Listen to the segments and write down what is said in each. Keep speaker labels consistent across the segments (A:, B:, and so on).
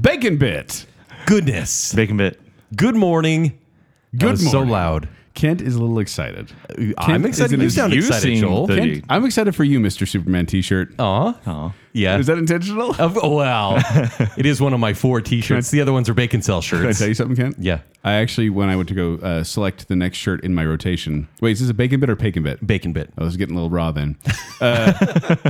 A: Bacon Bit.
B: Goodness.
C: Bacon bit.
B: Good morning.
A: Good
B: was
A: morning.
B: so loud.
A: Kent is a little excited.
B: Uh, I'm
A: Kent
B: excited.
A: isn't
B: You
A: as-
B: sound
C: you
B: excited,
C: seem
B: Joel.
C: the-
A: Kent, I'm excited for you, Mr. Superman T-shirt.
B: Aw.
C: Oh.
B: Yeah.
A: Is that intentional? Can
B: Of- oh, wow. it is one of my four t-shirts. The other ones are bacon cell
A: I
B: shirts.
A: tell you something, Kent?
B: Yeah.
A: I actually, when I went to go uh, select the next shirt in my rotation. Wait, is this a bacon bit or bacon bit?
B: Bacon bit.
A: I was getting a little raw then. Uh,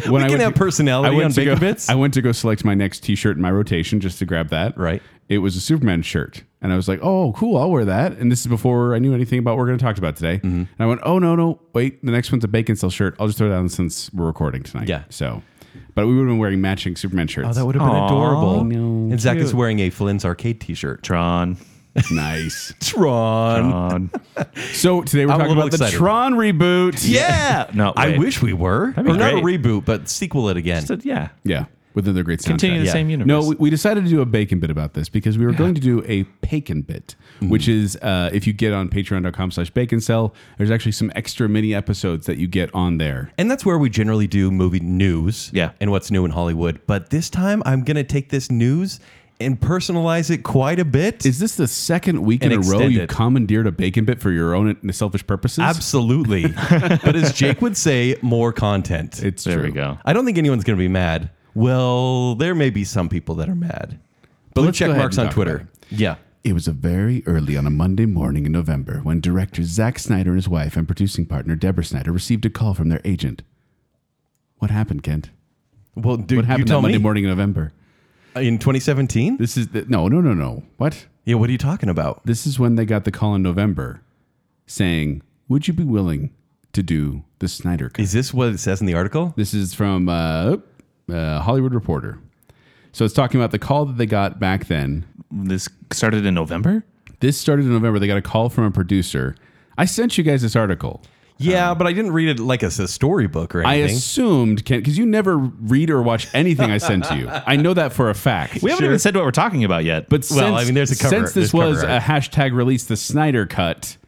A: when I
B: can
A: went
B: have personality on
A: to
B: Bacon
A: go,
B: Bits.
A: I went to go select my next T-shirt in my rotation just to grab that.
B: Right.
A: It was a Superman shirt, and I was like, "Oh, cool! I'll wear that." And this is before I knew anything about what we're going to talk about today.
B: Mm-hmm.
A: And I went, "Oh no, no, wait! The next one's a bacon cell shirt. I'll just throw it on since we're recording tonight."
B: Yeah.
A: So, but we would have been wearing matching Superman shirts.
B: Oh, that would have been
C: Aw.
B: adorable.
A: No,
B: and Zach is
A: cute.
B: wearing a Flynn's Arcade t-shirt.
C: Tron.
A: nice.
B: Tron.
C: Tron.
A: So today we're
B: I'm a
A: talking
B: little
A: about the
B: excited.
A: Tron reboot.
B: Yeah.
C: No,
B: I
C: wait.
B: wish we were.
C: be
B: or not a
C: great.
B: reboot, but sequel it again.
C: So, yeah.
A: Yeah. With another great soundtrack.
C: Continue the
B: Yeah.
C: same universe.
A: No, we, we decided to do a bacon bit about this because we were going to do a bacon bit,
B: Mm.
A: which is uh, if you get on patreon.com slash bacon cell, there's actually some extra mini episodes that you get on there.
B: And that's where we generally do movie news.
C: Yeah.
B: And what's new in Hollywood. But this time I'm going to take this news and personalize it quite a bit.
A: Is this the second week in
B: And
A: a row
B: extend
A: you
B: it.
A: commandeered a bacon bit for your own and selfish purposes?
B: Absolutely. but as Jake would say, more content.
A: It's
C: there
A: true.
C: we go.
B: I don't think anyone's going to be mad. Well, there may be some people that are mad. Blue
A: let's go
B: check
A: ahead
B: marks
A: and
B: on
A: talk
B: Twitter.
A: about
B: Yeah.
A: It was a very early on a Monday morning in November when director Zack Snyder and his wife and producing partner Deborah Snyder received a call from their agent. What happened, Kent?
B: Well, dude,
A: What
B: you
A: happened
B: tell
A: that Monday
B: me.
A: morning in November?
B: In 2017?
A: This is the, no, no, no, no. What?
B: Yeah, what are you talking about?
A: This is when they got the call in November saying, Would you be willing to do the Snyder Cut?
B: Is this what it says in the article?
A: This is from uh, uh, Hollywood Reporter. So it's talking about the call that they got back then.
C: This started in November?
A: This started in November. They got a call from a producer. I sent you guys this article.
B: Yeah, but I didn't read it like it's a storybook or
A: I
B: anything.
A: assumed, Kent, because you never read or watch anything I send to you. I know that for a fact.
C: We haven't even said what we're talking about yet.
A: But
B: Well,
A: since,
B: I mean, there's a cover-
A: Since
B: there's
A: this
B: cover
A: was a
B: art.
A: hashtag release the Snyder Cut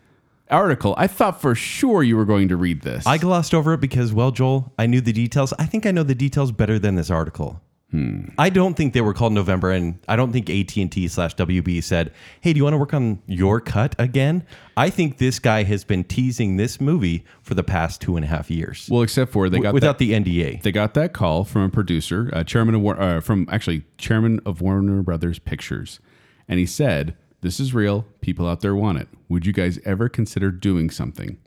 A: article, I thought for sure you were going to read this.
B: I glossed over it because, well, Joel, I knew the details. I think I know the details better than this article.
A: Hmm.
B: I don't think they were called November, and I don't think AT and T slash WB said, "Hey, do you want to work on your cut again?" I think this guy has been teasing this movie for the past two and a half years
A: well, except for they got that-
B: without the NDA.
A: they got that call from a producer, uh, chairman of War- uh, from actually chairman of Warner Brothers Pictures, and he said, "This is real. People out there want it. Would you guys ever consider doing something?"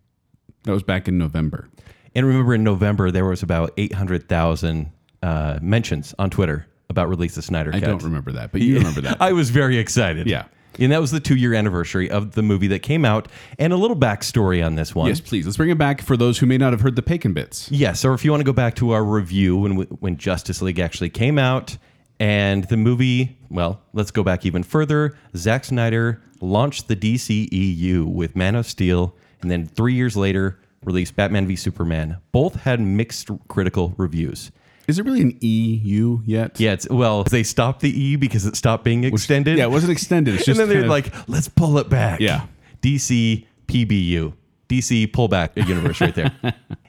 A: That was back in November.
B: And remember, in November there was about eight hundred thousand uh, mentions on Twitter about release the Snyder
A: I
B: Cut.
A: don't remember that, but you remember that.
B: I was very excited.
A: Yeah.
B: And that was the two year anniversary of the movie that came out. And a little backstory on this one.
A: Yes, please. Let's bring it back for those who may not have heard the Pakin bits.
B: Yes, or if you want to go back to our review when we- when Justice League actually came out and the movie, well, let's go back even further. Zack Snyder launched the DCEU with Man of Steel and then 3 years later released Batman v Superman. Both had mixed critical reviews.
A: Is it really an EU yet?
B: Yeah, it's well, they stopped the E because it stopped being extended.
A: Yeah, it wasn't extended. It's just
B: and then
A: kind
B: they're
A: of-
B: like, let's pull it back.
A: Yeah.
B: DC PBU. DC pullback universe right there.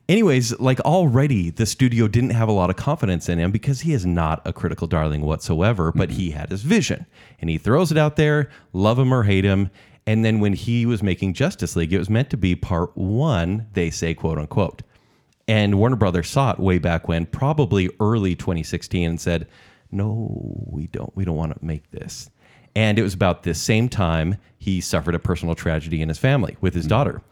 B: Anyways, like already the studio didn't have a lot of confidence in him because he is not a critical darling whatsoever, but he had his vision and he throws it out there, love him or hate him. And then when he was making Justice League, it was meant to be part one, they say, quote unquote. And Warner Brothers saw it way back when, probably early 2016, and said, "No, we don't. We don't want to make this." And it was about this same time he suffered a personal tragedy in his family with his daughter,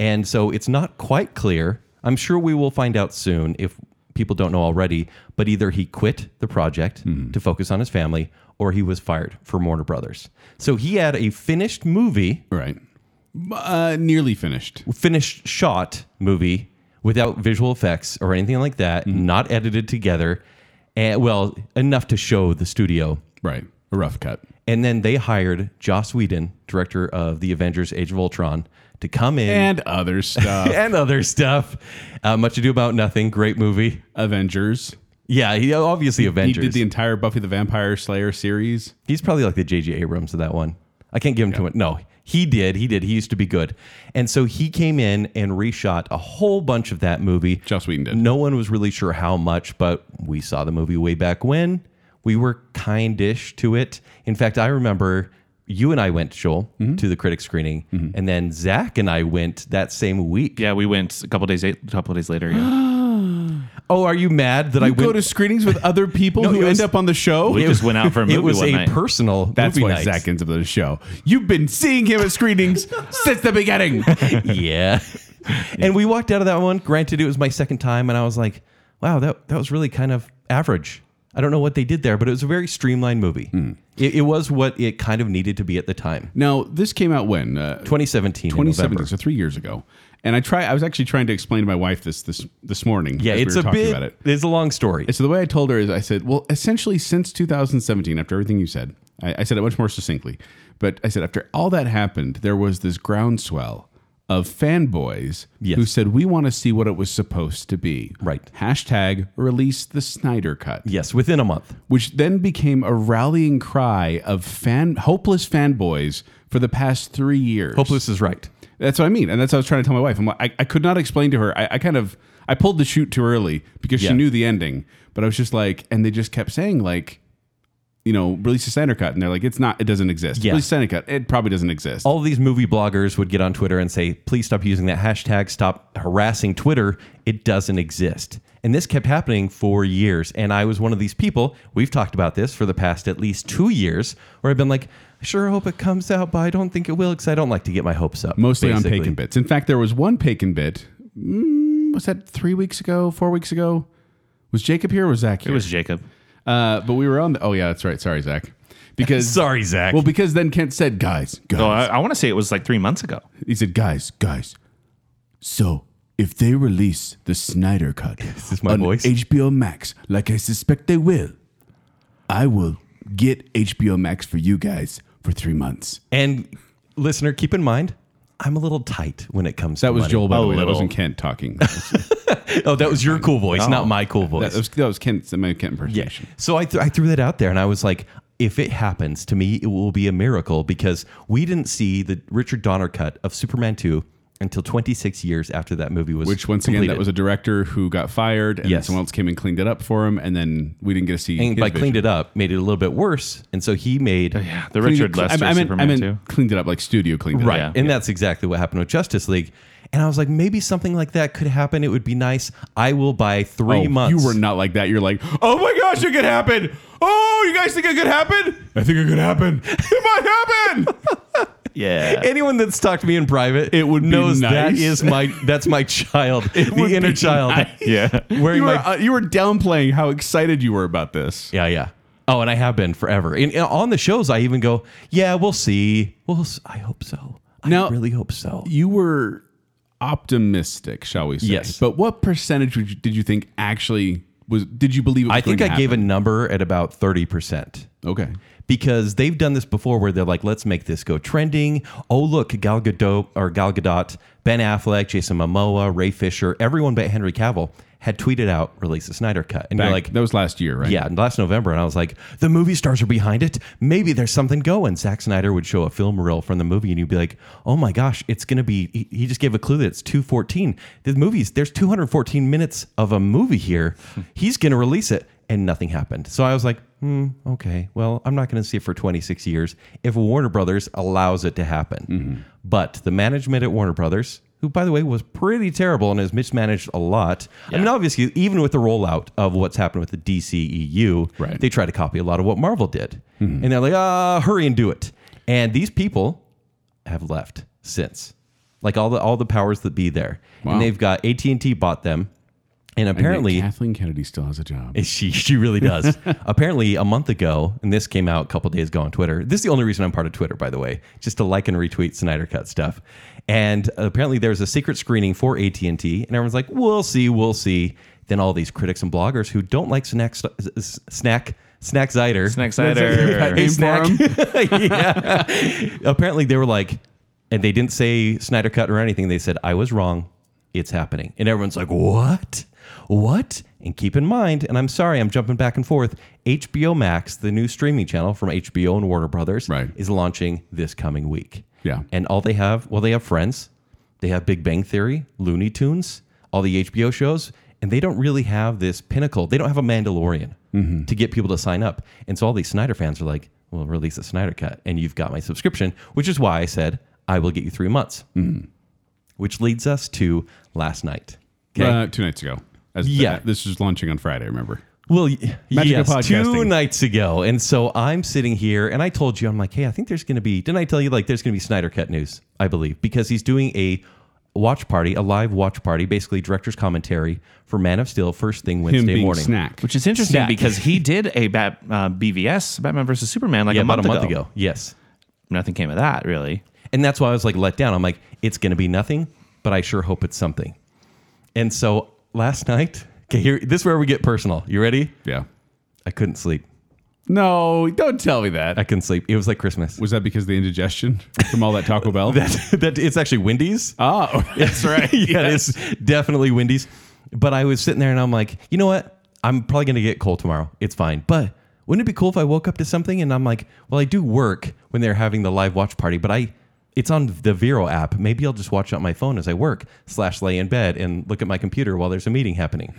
B: and so it's not quite clear. I'm sure we will find out soon if people don't know already. But either he quit the project to focus on his family, or he was fired from Warner Brothers. So he had a finished movie
A: right, uh, nearly finished.
B: finished shot movie without visual effects or anything like that,
A: Mm-hmm.
B: not edited together, and well enough to show the studio.
A: Right, a rough cut.
B: And then they hired Joss Whedon, director of the Avengers: Age of Ultron, to come in
A: And other stuff.
B: and other stuff. Uh, Much Ado About Nothing, great movie.
A: Avengers.
B: Yeah, he obviously
A: He
B: Avengers.
A: did the entire Buffy the Vampire Slayer series.
B: He's probably like the J.J. Abrams of that one. I can't give him too much. No, he did. He did. He used to be good. And so he came in and reshot a whole bunch of that movie.
A: Joss Whedon did.
B: No one was really sure how much, but we saw the movie way back when. we were kindish to it. In fact, I remember you and I went, Joel,
C: Mm-hmm.
B: to the critic screening, and then Zach and I went that same week.
C: Yeah, we went a couple days a couple days later. Yeah.
B: Oh, are you mad that I
A: You
B: went?
A: go to screenings with other people
B: No,
A: who
B: it was-
A: end up on the show.
C: we just went out for a movie
B: it was
C: one
B: a
C: night.
B: personal.
A: That's
B: movie
A: why
B: night.
A: Zach ends up on the show. You've been seeing him at screenings since the beginning.
B: yeah. And we walked out of that one. Granted, it was my second time, and I was like, wow, that, that was really kind of average. I don't know what they did there, but it was a very streamlined movie.
C: Mm.
B: It, it was what it kind of needed to be at the time.
A: Now, this came out when? Uh,
B: 2017. in
A: 2017,
B: November.
A: so three years ago. And I try. I was actually trying to explain to my wife this this this morning.
B: Yeah,
A: as we
B: it's
A: were
B: a
A: talking
B: bit.
A: about it.
B: It's a long story.
A: So the way I told her is, I said, well, essentially since 2017, after everything you said, I, I said it much more succinctly, but I said after all that happened, there was this groundswell of fanboys
B: Yes.
A: who said we want to see what it was supposed to be.
B: Right.
A: Hashtag release the Snyder cut
B: yes, within a month.
A: which then became a rallying cry of fan hopeless fanboys for the past three years.
B: Hopeless is right.
A: That's what I mean, and that's what I was trying to tell my wife. I'm like, I, I could not explain to her. I, I kind of I pulled the chute too early because
B: Yeah.
A: she knew the ending, but I was just like, and they just kept saying like. You know, release the Snyder cut, and they're like, "It's not. It doesn't exist.
B: Yeah.
A: Release the Snyder cut. It probably doesn't exist."
B: All of these movie bloggers would get on Twitter and say, please stop using that hashtag, stop harassing Twitter. It doesn't exist. And this kept happening for years. And I was one of these people. We've talked about this for the past at least two years where I've been like, I sure hope it comes out, but I don't think it will because I don't like to get my hopes up.
A: mostly on
B: basically.
A: Paken bits. In fact, there was one Paken bit. Mm, was that three weeks ago? Four weeks ago? Was Jacob here? or Was Zach here?
C: It was Jacob.
A: Uh, but we were on the. Oh yeah, that's right. Sorry, Zach. Because
B: Sorry, Zach.
A: Well, because then Kent said, "Guys, guys."
C: Oh, I, I want to say it was like three months ago.
A: he said, "Guys, guys." So if they release the Snyder cut
B: is my
A: on
B: voice?
A: HBO Max, like I suspect they will, I will get HBO Max for you guys for three months.
B: and listener, keep in mind, I'm a little tight when it comes
A: That
B: to
A: was
B: money.
A: Joel, by
C: A
A: the way. That
C: little.
A: wasn't Kent talking. That was,
B: Oh, that was your cool voice, not my cool voice.
A: that was, that was Kent's my Kent impersonation.
B: So I, th- I threw that out there and I was like, if it happens to me, it will be a miracle because we didn't see the Richard Donner cut of Superman 2 until 26 years after that movie was
A: Which once again, that was a director who got fired, and then
B: Yes.
A: someone else came and cleaned it up for him, and then we didn't get to see.
B: and
A: his
B: by
A: vision. Oh,
B: cleaned it up, made it a little bit worse. And so he made
C: Yeah, the
A: Cleaned
C: Richard
A: it- I-
C: Lester
A: I meant,
C: Superman
A: I meant
C: too.
A: cleaned it up like studio cleaned it
B: Right.
A: up.
C: Yeah.
B: and that's exactly what happened with Justice League. And I was like, maybe something like that could happen. It would be nice. I will buy three
A: Oh,
B: months.
A: You were not like that. You're like, oh my gosh, it could happen. Oh, you guys think it could happen? I think it could happen. It might happen.
C: Yeah.
B: Anyone that's talked to me in private it
A: would be
B: knows that
A: nice.
B: is my that's my child, the
A: would
B: inner
A: be
B: child.
C: yeah.
B: Wearing
A: you, were,
B: my
A: uh, you were downplaying how excited you were about this.
B: Yeah, yeah. Oh, and I have been forever. And, and on the shows, I even go, "Yeah, we'll see. Well, s- I hope so. I
A: Now-
B: really hope so."
A: You were optimistic, shall we say?
B: Yes.
A: But what percentage would you, did you think actually was? Did you believe? It was
B: I think I
A: going to
B: gave a
A: happen?
B: number at about thirty percent
A: Okay.
B: because they've done this before, where they're like, "Let's make this go trending." Oh, look, Gal Gadot or Gal Gadot, Ben Affleck, Jason Momoa, Ray Fisher, everyone but Henry Cavill had tweeted out, "Release the Snyder Cut," and
A: Back-
B: you're like,
A: that was last year, right?
B: Yeah, and last November, and I was like, the movie stars are behind it. Maybe there's something going. Zack Snyder would show a film reel from the movie, and you'd be like, oh my gosh, it's gonna be. He, he just gave a clue that it's 214. The movies, there's 214 minutes of a movie here. He's gonna release it, and nothing happened. So I was like, hmm, okay, well, I'm not gonna see it for 26 years if Warner Brothers allows it to happen. But the management at Warner Brothers. Who, by the way, was pretty terrible and has mismanaged a lot. I mean, obviously, even with the rollout of what's happened with the DCEU,
A: Right. Mm-hmm.
B: they try to copy a lot of what Marvel did. And they're like, ah, hurry and do it. And these people have left since. Like all the all the powers that be there.
A: Wow.
B: And they've got AT&T bought them. And
A: And yet
B: apparently
A: Kathleen Kennedy still has a job.
B: she she really does. Apparently, a month ago, and this came out a couple days ago on Twitter. This is the only reason I'm part of Twitter, by the way, just to like and retweet Snyder Cut stuff. And apparently, there's a secret screening for AT and T, and everyone's like, "We'll see, we'll see." Then all these critics and bloggers who don't like snack snack snack Zider
C: Snack
A: Cut
C: cider.
A: name
B: Hey,
A: for
B: snack.
A: him?
B: yeah. Apparently, they were like, and they didn't say Snyder Cut or anything. They said, I was wrong. It's happening. And everyone's like, what? What? And keep in mind, and I'm sorry, I'm jumping back and forth. HBO Max, the new streaming channel from HBO and Warner Brothers,
A: Right.
B: is launching this coming week.
A: Yeah.
B: And all they have, well, they have Friends, they have Big Bang Theory, Looney Tunes, all the HBO shows, and they don't really have this pinnacle. They don't have a Mandalorian. to get people to sign up. And so all these Snyder fans are like, well, release a Snyder cut and you've got my subscription, which is why I said, I will get you three months. Which leads us to last night. Okay.
A: Uh, two nights ago. As uh,
B: Yeah.
A: this was launching on Friday. Remember?
B: Well, y-
A: Magical
B: yes, two
A: podcasting.
B: nights ago. And so I'm sitting here and I told you, I'm like, hey, I think there's going to be, didn't I tell you, like, there's going to be Snyder Cut news, I believe, because he's doing a watch party, a live watch party, basically director's commentary for Man of Steel first thing
A: Him
B: Wednesday
A: being
B: morning.
A: snack.
C: Which is interesting
B: Snack.
C: because he did a Bat, uh, BVS, Batman versus Superman, like
B: Yeah,
C: a
B: about
C: month
B: a month
C: ago.
B: ago. Yes.
C: Nothing came of that, really.
B: And that's why I was like let down. I'm like, it's going to be nothing, but I sure hope it's something. And so last night, okay, here, this is where we get personal. You ready?
A: yeah.
B: I couldn't sleep.
A: No, don't tell me that.
B: I couldn't sleep. It was like Christmas.
A: Was that because of the indigestion from all that Taco Bell?
B: that it's actually Wendy's.
A: oh, that's right.
B: yeah, it's definitely Wendy's. But I was sitting there and I'm like, you know what? I'm probably going to get cold tomorrow. It's fine. But wouldn't it be cool if I woke up to something and I'm like, well, I do work when they're having the live watch party, but I, it's on the Vero app. Maybe I'll just watch it on my phone as I work, slash lay in bed and look at my computer while there's a meeting happening.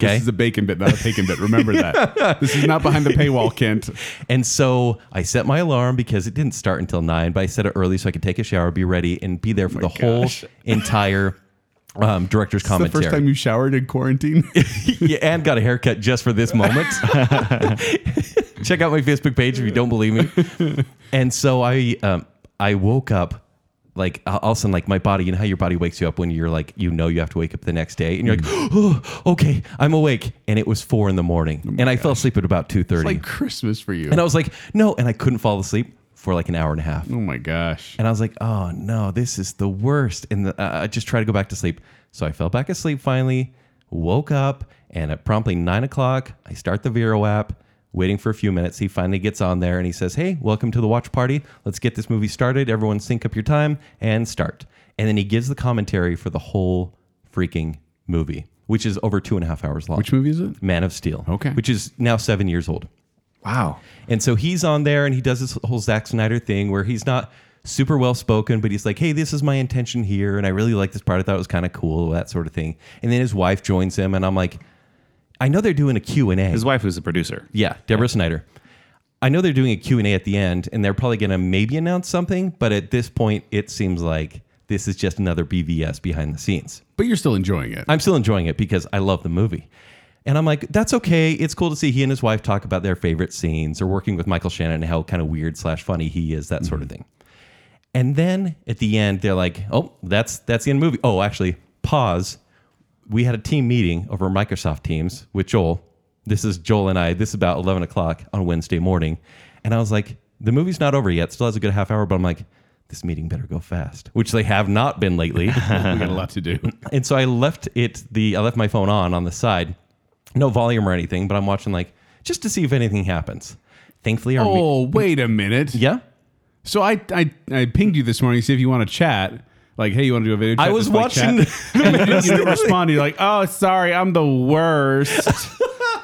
B: Okay.
A: This is a bacon bit, not a bacon bit. Remember that. This is not behind the paywall, Kent.
B: And so I set my alarm because it didn't start until nine, but I set it early so I could take a shower, be ready, and be there for the
A: Oh gosh.
B: whole entire um, director's
A: The
B: commentary.
A: first time you showered in quarantine.
B: yeah, and got a haircut just for this moment. Check out my Facebook page if you don't believe me. And so I, um, I woke up like all of a sudden, like my body. You know how your body wakes you up when you're like you know you have to wake up the next day, and you're like, oh, okay, I'm awake. And it was four in the morning, and I fell asleep at about two thirty.
A: like Christmas for you.
B: and I was like, no, and I couldn't fall asleep for like an hour and a half.
A: oh my gosh.
B: And I was like, oh no, this is the worst. And the, uh, I just tried to go back to sleep. So I fell back asleep finally, woke up, and at promptly nine o'clock, I start the Vero app, waiting for a few minutes. He finally gets on there and he says, hey, welcome to the watch party. Let's get this movie started. Everyone sync up your time and start. And then he gives the commentary for the whole freaking movie, which is over two and a half hours long.
A: Which movie is it?
B: Man of Steel.
A: Okay.
B: Which is now seven years old.
C: Wow.
B: And so he's on there and he does this whole Zack Snyder thing where he's not super well spoken, but he's like, hey, this is my intention here. And I really like this part. I thought it was kind of cool, that sort of thing. And then his wife joins him. And I'm like, I know they're doing a Q&A.
C: His wife, who's a producer.
B: yeah, Deborah Snyder. I know they're doing a Q&A at the end and they're probably going to maybe announce something. But at this point, it seems like this is just another BVS behind the scenes.
A: But you're still enjoying it.
B: I'm still enjoying it because I love the movie. And I'm like, that's okay. It's cool to see he and his wife talk about their favorite scenes or working with Michael Shannon and how kind of weird slash funny he is, that sort of thing. And then at the end, they're like, oh, that's that's the end of the movie. Oh, actually, pause. We had a team meeting over Microsoft Teams with Joel. This is Joel and I. This is about 11 o'clock on Wednesday morning. And I was like, the movie's not over yet. Still has a good half hour, but I'm like, this meeting better go fast, which they have not been lately.
A: we got a lot to do.
B: And so I left it the I left my phone on on the side, no volume or anything, but I'm watching like just to see if anything happens. Thankfully, our me-
A: Oh, wait a minute.
B: yeah,
A: So I, I I pinged you this morning to see if you want to chat. Like, hey, you want to do a video? Chat
B: I was
A: Just, like,
B: watching
A: chat. and you didn't- you didn't respond. You're like, oh, sorry, I'm the worst.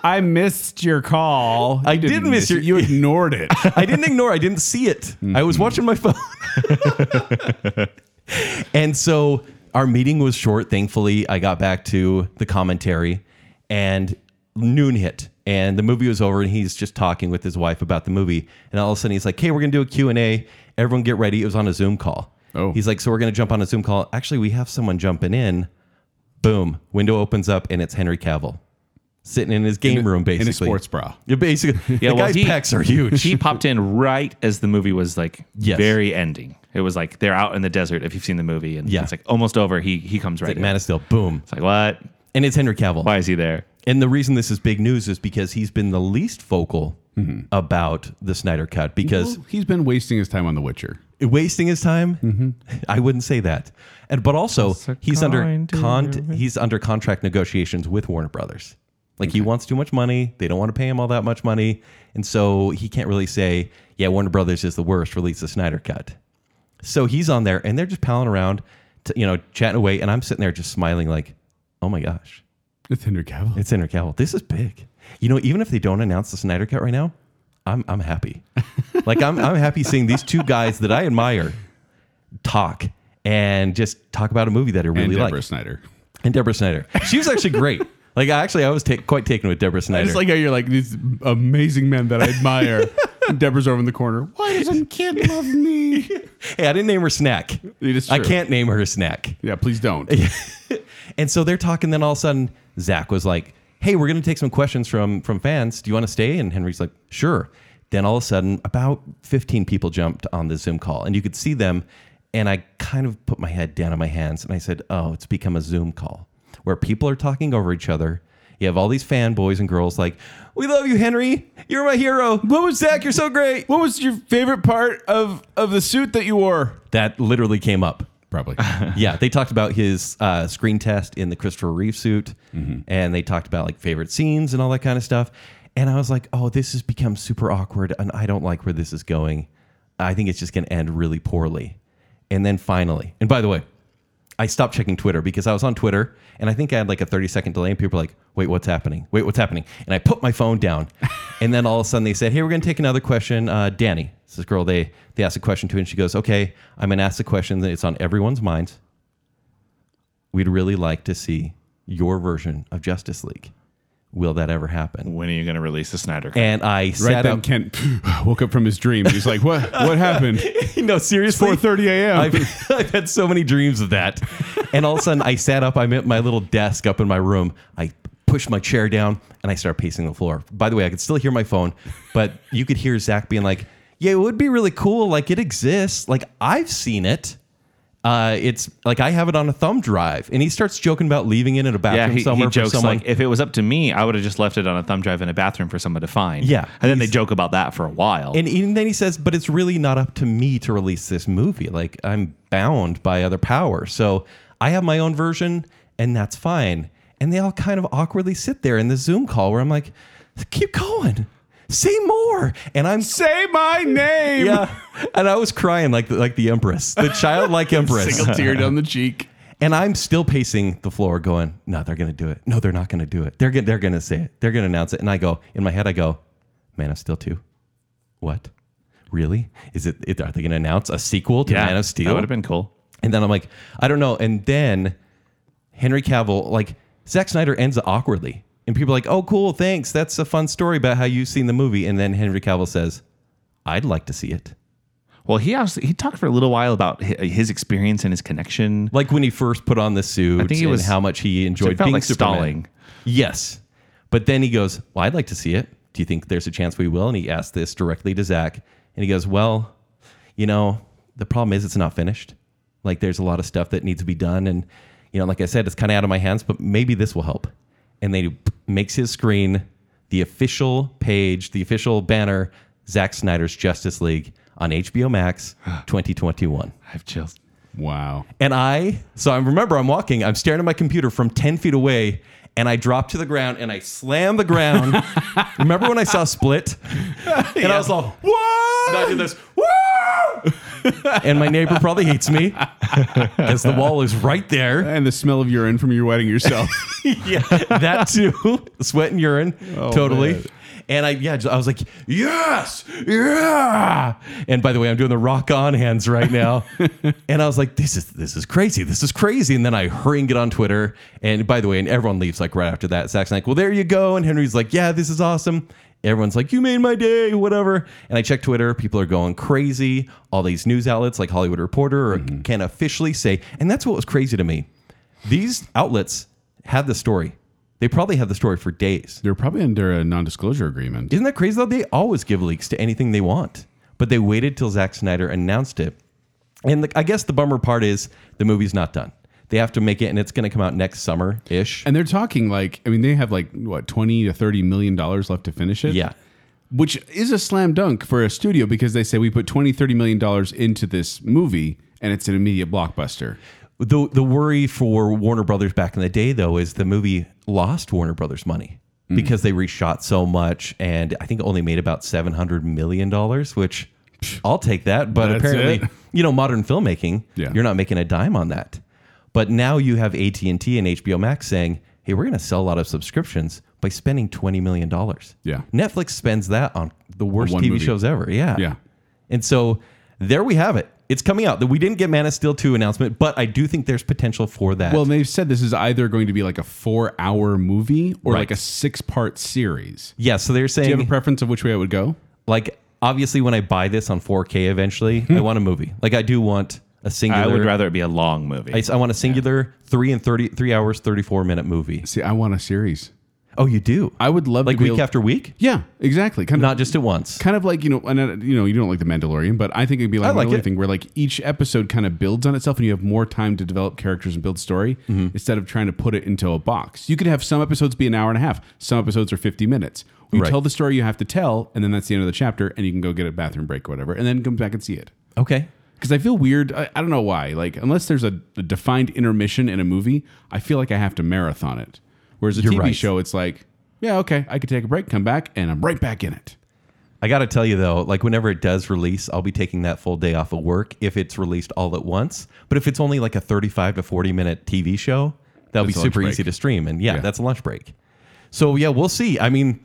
A: I missed your call.
B: I
A: You
B: did miss your-
A: it. You ignored it.
B: I didn't ignore. I didn't see it. I was watching my phone. and so our meeting was short. Thankfully, I got back to the commentary, and noon hit, and the movie was over. And he's just talking with his wife about the movie, and all of a sudden he's like, "Hey, we're gonna do a Q and A. Everyone get ready." It was on a Zoom call.
A: Oh.
B: he's like, "So we're gonna jump on a Zoom call. Actually, we have someone jumping in." Boom! Window opens up, and it's Henry Cavill sitting in his game room, basically
A: In a sports bra.
B: Yeah, basically, yeah, the
C: well,
B: guy's
C: he-
B: pecs are huge.
C: He popped in right as the movie was like
B: Yes.
C: very ending. It was like they're out in the desert. If you've seen the movie, and
B: Yeah.
C: it's like almost over. He he comes right
B: like
C: in.
B: Man of Steel, boom,
C: It's like what?
B: and it's Henry Cavill.
C: Why is he there?
B: And the reason this is big news is because he's been the least vocal
C: Mm-hmm.
B: about the Snyder Cut because
A: Well, he's been wasting his time on The Witcher.
B: wasting his time. I wouldn't say that, and but also he's under
C: Mm-hmm. kind
B: con- he's under contract negotiations with Warner Brothers. Like he wants too much money. They don't want to pay him all that much money, and so he can't really say, "Yeah, Warner Brothers is the worst. Release the Snyder Cut." So he's on there, and they're just palling around, to, you know, chatting away, and I'm sitting there just smiling, like, "Oh my gosh."
A: It's Henry Cavill.
B: It's Henry Cavill. This is big. You know, even if they don't announce the Snyder Cut right now, I'm I'm happy. like I'm I'm happy seeing these two guys that I admire talk and just talk about a movie that I
A: and
B: really
A: Deborah
B: like.
A: Snyder.
B: And Deborah Snyder. She was actually great. Like actually, I was ta- quite taken with Deborah Snyder.
A: It's like how you're like these amazing men that I admire. Deborah's over in the corner. Why doesn't kid love me?
B: hey, I didn't name her Snack.
A: It is
B: I
A: true.
B: can't name her Snack.
A: Yeah, please don't.
B: And so they're talking. Then all of a sudden, Zach was like, "Hey, we're going to take some questions from from fans. Do you want to stay?" And Henry's like, "Sure." Then all of a sudden, about fifteen people jumped on the Zoom call, and you could see them. And I kind of put my head down on my hands, and I said, "Oh, it's become a Zoom call where people are talking over each other." You have all these fanboys and girls like, "We love you, Henry. You're my hero. What was Zach? You're so great."
A: What was your favorite part of of the suit that you wore?
B: That literally came up.
A: Probably.
B: yeah, they talked about his uh, screen test in the Christopher Reeve suit, and they talked about like favorite scenes and all that kind of stuff. And I was like, oh, this has become super awkward, and I don't like where this is going. I think it's just going to end really poorly. And then finally, and by the way, I stopped checking Twitter because I was on Twitter and I think I had like a 30 second delay and people were like, wait, what's happening? Wait, what's happening? And I put my phone down. and then all of a sudden they said, hey, we're going to take another question. Uh, Danny, it's this girl they, they asked a question to and she goes, okay, I'm going to ask the question that it's on everyone's minds. We'd really like to see your version of Justice League. Will that ever happen?
C: When are you going to release the Snyder Cut?
B: And I
A: Right
B: sat
A: then,
B: up.
A: Kent woke up from his dream. He's like, "What? What happened?"
B: no, seriously.
A: 4:30 a.m.
B: I've, I've had so many dreams of that. And all of a sudden, I sat up. I'm at my little desk up in my room. I pushed my chair down and I started pacing the floor. By the way, I could still hear my phone, but you could hear Zach being like, "Yeah, it would be really cool. Like it exists. Like I've seen it." Uh, it's like I have it on a thumb drive, and he starts joking about leaving it in a
C: Yeah,
B: bathroom
C: he, he
B: somewhere for
C: jokes
B: someone.
C: like if it was up to me, I would have just left it on a thumb drive in a bathroom for someone to find.
B: Yeah,
C: and then they
B: he's-
C: joke about that for a while.
B: And even then he says, but it's really not up to me to release this movie. Like I'm bound by other power. So I have my own version and that's fine. And they all kind of awkwardly sit there in the Zoom call where I'm like, keep going. Say more. And I'm
A: Say my name.
B: yeah. And I was crying like the, like the empress, the childlike empress.
A: Single tear down the cheek.
B: And I'm still pacing the floor, going, "No, they're going to do it. No, they're not going to do it. They're going they're going to say it. They're going to announce it." And I go in my head, I go, "Man of Steel two, what? Really? Is it? it- Are they going to announce a sequel to
C: yeah,
B: Man of
C: that
B: Steel?"
C: would have been cool.
B: and then I'm like, "I don't know." And then Henry Cavill, like Zack Snyder, ends it awkwardly, and people are like, "Oh, cool, thanks. That's a fun story about how you've seen the movie." And then Henry Cavill says, "I'd like to see it."
C: Well, he also, he talked for a little while about hi- his experience and his connection.
B: Like when he first put on the suit, I
C: think it was-
B: how much he enjoyed
C: it felt
B: being
C: like
B: Superman.
C: stalling.
B: Yes. But then he goes, Well, I'd like to see it. Do you think there's a chance we will? And he asked this directly to Zach. And he goes, Well, you know, the problem is it's not finished. Like there's a lot of stuff that needs to be done. And, you know, like I said, it's kind of out of my hands, but maybe this will help. And then he makes his screen the official page, the official banner, Zack Snyder's Justice League on HBO Max 2021.
C: I have chills.
A: Wow.
B: And I, so I remember I'm walking, I'm staring at my computer from 10 feet away, and I drop to the ground and I slam the ground. remember when I saw Split? And I was all, what? And I did this, woo! and my neighbor probably hates me because the wall is right there.
A: And the smell of urine from your wedding yourself.
B: Yeah, that too, sweat and urine, totally.
A: man.
B: And I, yeah, I was like, yes, yeah. And by the way, I'm doing the rock on hands right now. and I was like, this is this is crazy. This is crazy. And then I hurry and get on Twitter. And by the way, and everyone leaves like right after that. Zach's like, well, there you go. And Henry's like, yeah, this is awesome. Everyone's like, you made my day, whatever. And I check Twitter. People are going crazy. All these news outlets like Hollywood Reporter or can officially say, and that's what was crazy to me. These outlets had the story. They probably had the story for days.
A: They're probably under a non-disclosure agreement.
B: Isn't that crazy though? They always give leaks to anything they want, but they waited till Zack Snyder announced it. And the, I guess the bummer part is the movie's not done. They have to make it, and it's going to come out next summer ish.
A: And they're talking like, I mean, they have like what twenty to thirty million dollars left to finish it.
B: Yeah.
A: which is a slam dunk for a studio because they say we put 20 30 million dollars into this movie and it's an immediate blockbuster
B: The the worry for Warner Brothers back in the day though is the movie lost Warner Brothers money
A: Hmm.
B: because they reshot so much, and I think only made about seven hundred million dollars, which I'll take that. But
A: That's
B: apparently,
A: it.
B: you know, modern filmmaking,
A: Yeah.
B: you're not making a dime on that. But now you have AT and T and HBO Max saying, "Hey, we're going to sell a lot of subscriptions by spending twenty million dollars."
A: Yeah.
B: Netflix spends that on the worst
A: one
B: TV
A: movie.
B: shows ever. Yeah,
A: Yeah.
B: and so there we have it. It's coming out. That we didn't get Man of Steel two announcement, but I do think there's potential for that.
A: Well, they've said this is either going to be like a four hour movie or
B: Right.
A: like a six part series.
B: yeah. So they're saying
A: Do you have a preference of which way it would go?
B: like obviously when I buy this on 4K eventually,
A: Hmm.
B: I want a movie. Like I do want a
C: I
B: singular.
C: would rather it be a long movie.
B: I, I want a singular three and thirty three hours thirty four minute movie.
A: See, I want a series.
B: Oh, you do
A: I would love
B: like
A: to be
B: week
A: able-
B: after week,
A: Yeah, exactly. Kind of
B: not just at once.
A: kind of like you know, and uh, you know, you don't like the Mandalorian, but I think it'd be like,
B: I like
A: another
B: it.
A: thing where like each episode kind of builds on itself, and you have more time to develop characters and build story
B: Mm-hmm.
A: instead of trying to put it into a box. You could have some episodes be an hour and a half, some episodes are fifty minutes. You
B: Right.
A: tell the story you have to tell, and then that's the end of the chapter, and you can go get a bathroom break or whatever, and then come back and see it.
B: Okay,
A: Because I feel weird. I, I don't know why. Like unless there's a, a defined intermission in a movie, I feel like I have to marathon it. Whereas a
B: You're
A: TV
B: right.
A: show, it's like, yeah, okay, I could take a break, come back, and I'm right back in it.
B: I gotta tell you though, like whenever it does release, I'll be taking that full day off of work if it's released all at once. But if it's only like a thirty five to forty minute TV show, that'll
A: That's
B: be
A: a lunch
B: super
A: break.
B: easy to stream. And yeah, that's a lunch break. So yeah, we'll see. I mean,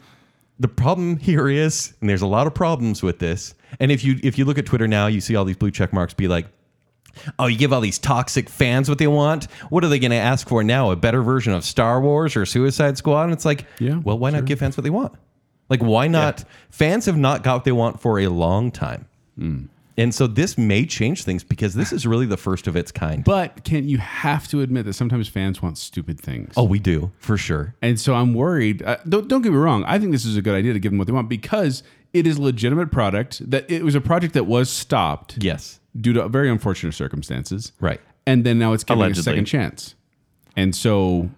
B: the problem here is, and there's a lot of problems with this. And if you if you look at Twitter now, you see all these blue check marks be like, Oh, you give all these toxic fans what they want. What are they going to ask for now? A better version of Star Wars or Suicide Squad? And it's like,
A: Yeah,
B: well, why not give fans what they want? Like, why not? Fans have not got what they want for a long time.
C: Hmm.
B: And so this may change things because this is really the first of its kind.
A: But Kent, you have to admit that sometimes fans want stupid things.
B: oh, we do, for sure.
A: And so I'm worried. Uh, don't, don't get me wrong. I think this is a good idea to give them what they want because it is a legitimate product. That it was a project that was stopped
B: Yes.
A: due to very unfortunate circumstances.
B: Right.
A: And then now it's given a
C: Allegedly.
A: second chance. And so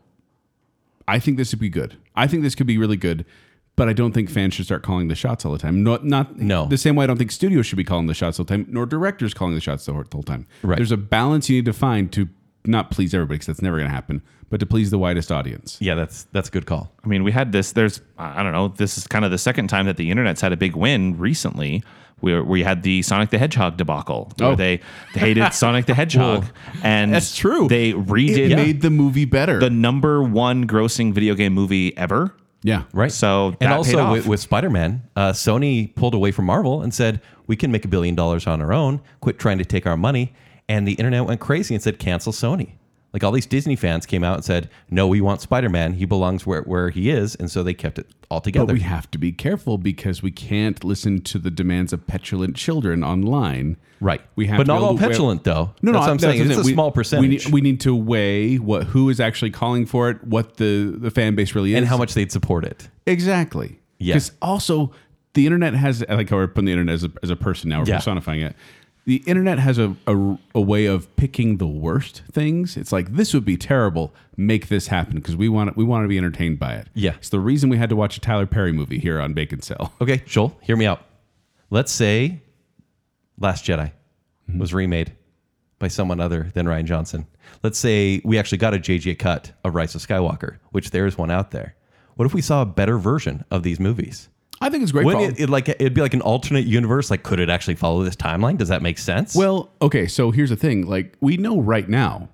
A: I think this would be good. I think this could be really good. But I don't think fans should start calling the shots all the time. Not, not
B: No.
A: The same way I don't think studios should be calling the shots all the time, nor directors calling the shots the whole whole time.
B: Right.
A: There's a balance you need to find to not please everybody, because that's never going to happen, but to please the widest audience.
B: Yeah, that's that's a good call.
C: I mean, we had this. There's, I don't know. This is kind of the second time that the internet's had a big win recently, where we had the Sonic the Hedgehog debacle, where
A: Oh.
C: they hated Sonic the Hedgehog, and
A: that's true.
C: They redid
A: It made the movie better.
C: the number one grossing video game movie ever.
A: yeah.
B: Right.
C: So that
B: and
C: paid
B: also
C: off.
B: with, with Spider Man, uh, Sony pulled away from Marvel and said, we can make a billion dollars on our own, quit trying to take our money. And the internet went crazy and said, cancel Sony. Like all these Disney fans came out and said, no, we want Spider Man. He belongs where, where he is. And so they kept it all
A: But
B: together.
A: we have to be careful because we can't listen to the demands of petulant children online.
B: right.
A: We have
B: but
A: to
B: not
A: be able
B: all
A: to-
B: petulant, though. that's
A: No, no,
B: what I'm
A: that's
B: saying. It's a
A: We-
B: small
A: We
B: percentage.
A: need, we need to weigh what who is actually calling for it, what the, the fan base really is,
B: and how much they'd support it.
A: Exactly.
B: Yeah.
A: Because also, the internet has, I like how we're putting the internet as a, as a person now, we're
B: Yeah.
A: personifying it. The internet has a, a, a way of picking the worst things. It's like, this would be terrible. Make this happen because we want, we want to be entertained by it.
B: Yeah.
A: It's the reason we had to watch a Tyler Perry movie here on Bacon Cell.
B: Okay, Joel, hear me out. Let's say Last Jedi was
A: Hmm.
B: remade by someone other than Ryan Johnson. Let's say we actually got a JJ cut of Rise of Skywalker, which there is one out there. What if we saw a better version of these movies?
A: I think it's great.
B: Wouldn't
A: follow-
B: it, it like it'd be like an alternate universe? Like, could it actually follow this timeline? Does that make sense?
A: Well, okay, so here's the thing. Like we know right now,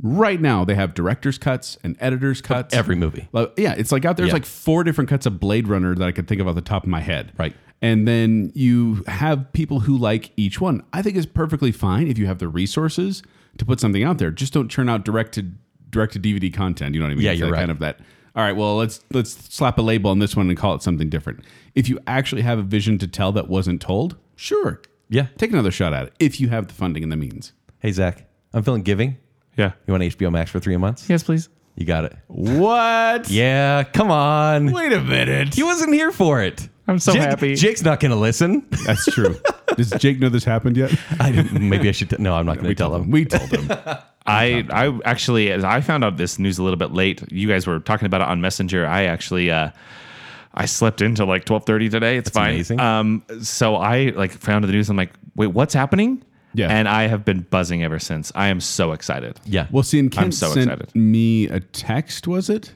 A: right now they have director's cuts and editors cuts.
B: every movie.
A: Like, yeah, it's like out there's
B: Yeah.
A: like four different cuts of Blade Runner that I could think of off the top of my head.
B: Right.
A: And then you have people who like each one. I think it's perfectly fine if you have the resources to put something out there. Just don't churn out directed direct to DVD content. You know what I mean?
B: Yeah,
A: It's
B: you're
A: that
B: right.
A: Kind of that. All right, well, let's let's slap a label on this one and call it something different. If you actually have a vision to tell that wasn't told, sure.
B: yeah.
A: Take another shot at it if you have the funding and the means.
B: Hey Zach, I'm feeling giving.
C: yeah,
B: You want HBO Max for three months?
C: yes, please.
B: You got it.
A: What?
B: Yeah, come on.
A: Wait a minute.
B: He wasn't here for it.
C: I'm so
B: Jake-
C: happy.
B: Jake's not going to listen.
A: That's true. Does Jake know this happened yet?
B: I, maybe I should. no, I'm not going to tell him.
A: We told him.
C: I, I actually, as I found out this news a little bit late. You guys were talking about it on Messenger. I actually, uh, I slept in till like twelve thirty today. It's fine.
B: amazing.
C: Um, so I like found the news. I'm like, wait, what's happening?
A: Yeah.
C: And I have been buzzing ever since. I am so excited.
B: Yeah.
A: Well, see, and Kent
C: I'm so
A: sent
C: excited.
A: me a text, was it?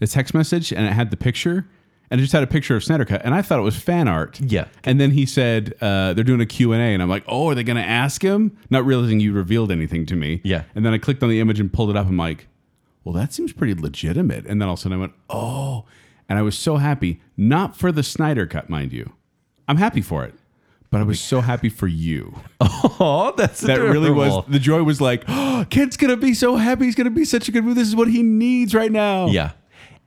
A: A text message, and it had the picture, and it just had a picture of Snydercut, and I thought it was fan art.
B: Yeah.
A: And then he said, uh, they're doing a Q&A, and I'm like, oh, are they going to ask him? Not realizing you revealed anything to me.
B: Yeah.
A: And then I clicked on the image and pulled it up. I'm like, well, that seems pretty legitimate. And then all of a sudden I went, oh. And I was so happy, not for the Snyder Cut, mind you. I'm happy for it. But I was so happy for you.
B: Oh, that's
A: That really was
B: adorable.
A: the joy was like, oh, kid's gonna be so happy. He's gonna be such a good movie. This is what he needs right now.
B: Yeah.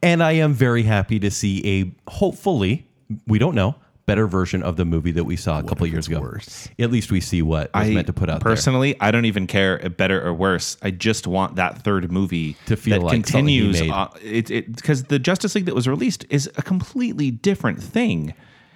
B: And I am very happy to see a hopefully, we don't know, better version of the movie that we saw a couple years ago.
A: worse?
B: At least we see what was
C: I
B: meant to put out there.
C: personally, I don't even care if better or worse. I just want that third movie
B: To feel
C: that
B: like something he
C: continues.
B: made.
C: on- It it because the Justice League that was released is a completely different thing.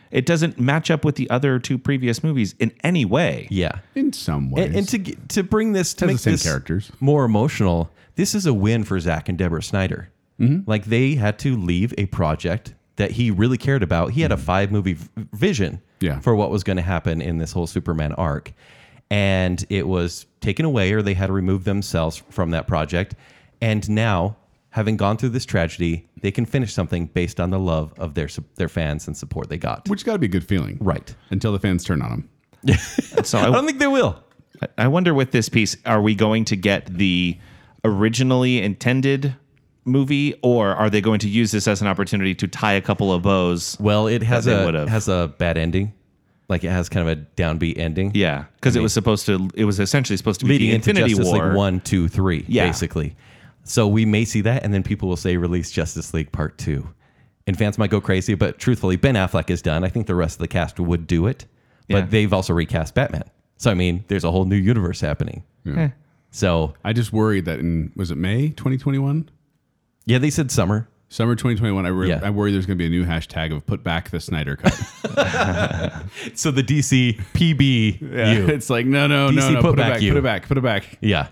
C: It doesn't match up with the other two previous movies in any way.
B: Yeah.
A: In some ways.
B: And, and to get- to bring this to
A: Has the
B: make
A: same
B: this
A: characters.
B: more emotional, this is a win for Zach and Deborah Snyder.
A: Mm-hmm.
B: Like they had to leave a project that he really cared about. He had a five movie v- vision
A: Mm-hmm. Yeah.
B: for what was going to happen in this whole Superman arc, and it was taken away, or they had to remove themselves from that project. And now, having gone through this tragedy, they can finish something based on the love of their su- their fans and support they got.
A: which got to be a good feeling,
B: Right.
A: Until the fans turn on him.
C: So
B: I don't think they will.
C: I wonder with this piece, are we going to get the originally intended movie, or are they going to use this as an opportunity to tie a couple of bows?
B: Well, it has
C: they
B: a
C: would've.
B: has a bad ending, like it has kind of a downbeat ending.
C: Yeah, because it was supposed to. It was essentially supposed to be
B: leading
C: the
B: into
C: Infinity
B: Justice
C: War.
B: League one, two, three,
C: Yeah.
B: basically. So we may see that, and then people will say release Justice League Part Two, and fans might go crazy. But truthfully, Ben Affleck is done. I think the rest of the cast would do it, but
C: Yeah.
B: they've also recast Batman. So I mean, there's a whole new universe happening. So
A: I just worried that in was it May 2021,
B: yeah, they said summer.
A: summer 2021. I re-
B: Yeah.
A: I worry there's gonna be a new hashtag of put back the Snyder cut.
B: So the DC PBU. yeah.
A: it's like no, no, no,
B: DC,
A: no.
B: put
A: Put,
B: back
A: it back.
B: you.
A: Put it back. Put it back. Yeah.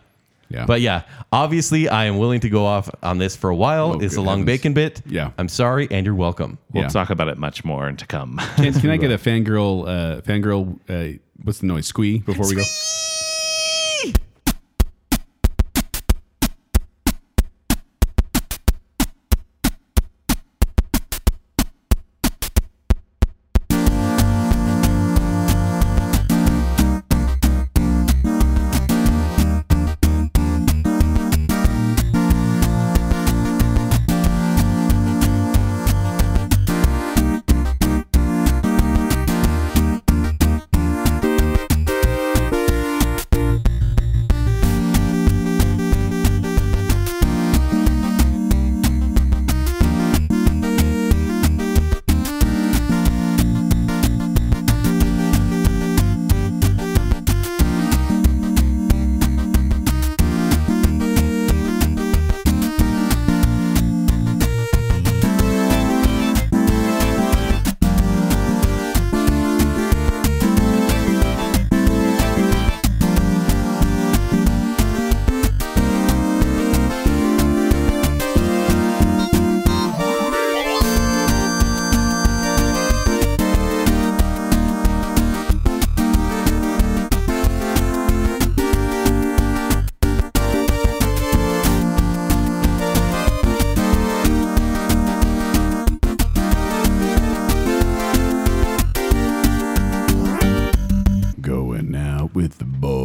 B: But yeah, obviously, I am willing to go off on this for a while.
A: Oh,
B: it's a
A: good
B: long
A: heavens.
B: bacon bit.
A: Yeah.
B: I'm sorry, and you're welcome.
C: We'll
A: Yeah.
C: talk about it much more and to come.
A: Can, can I get a fangirl? Uh, fangirl. Uh, what's the noise? Squee before we go. Going out with the boys.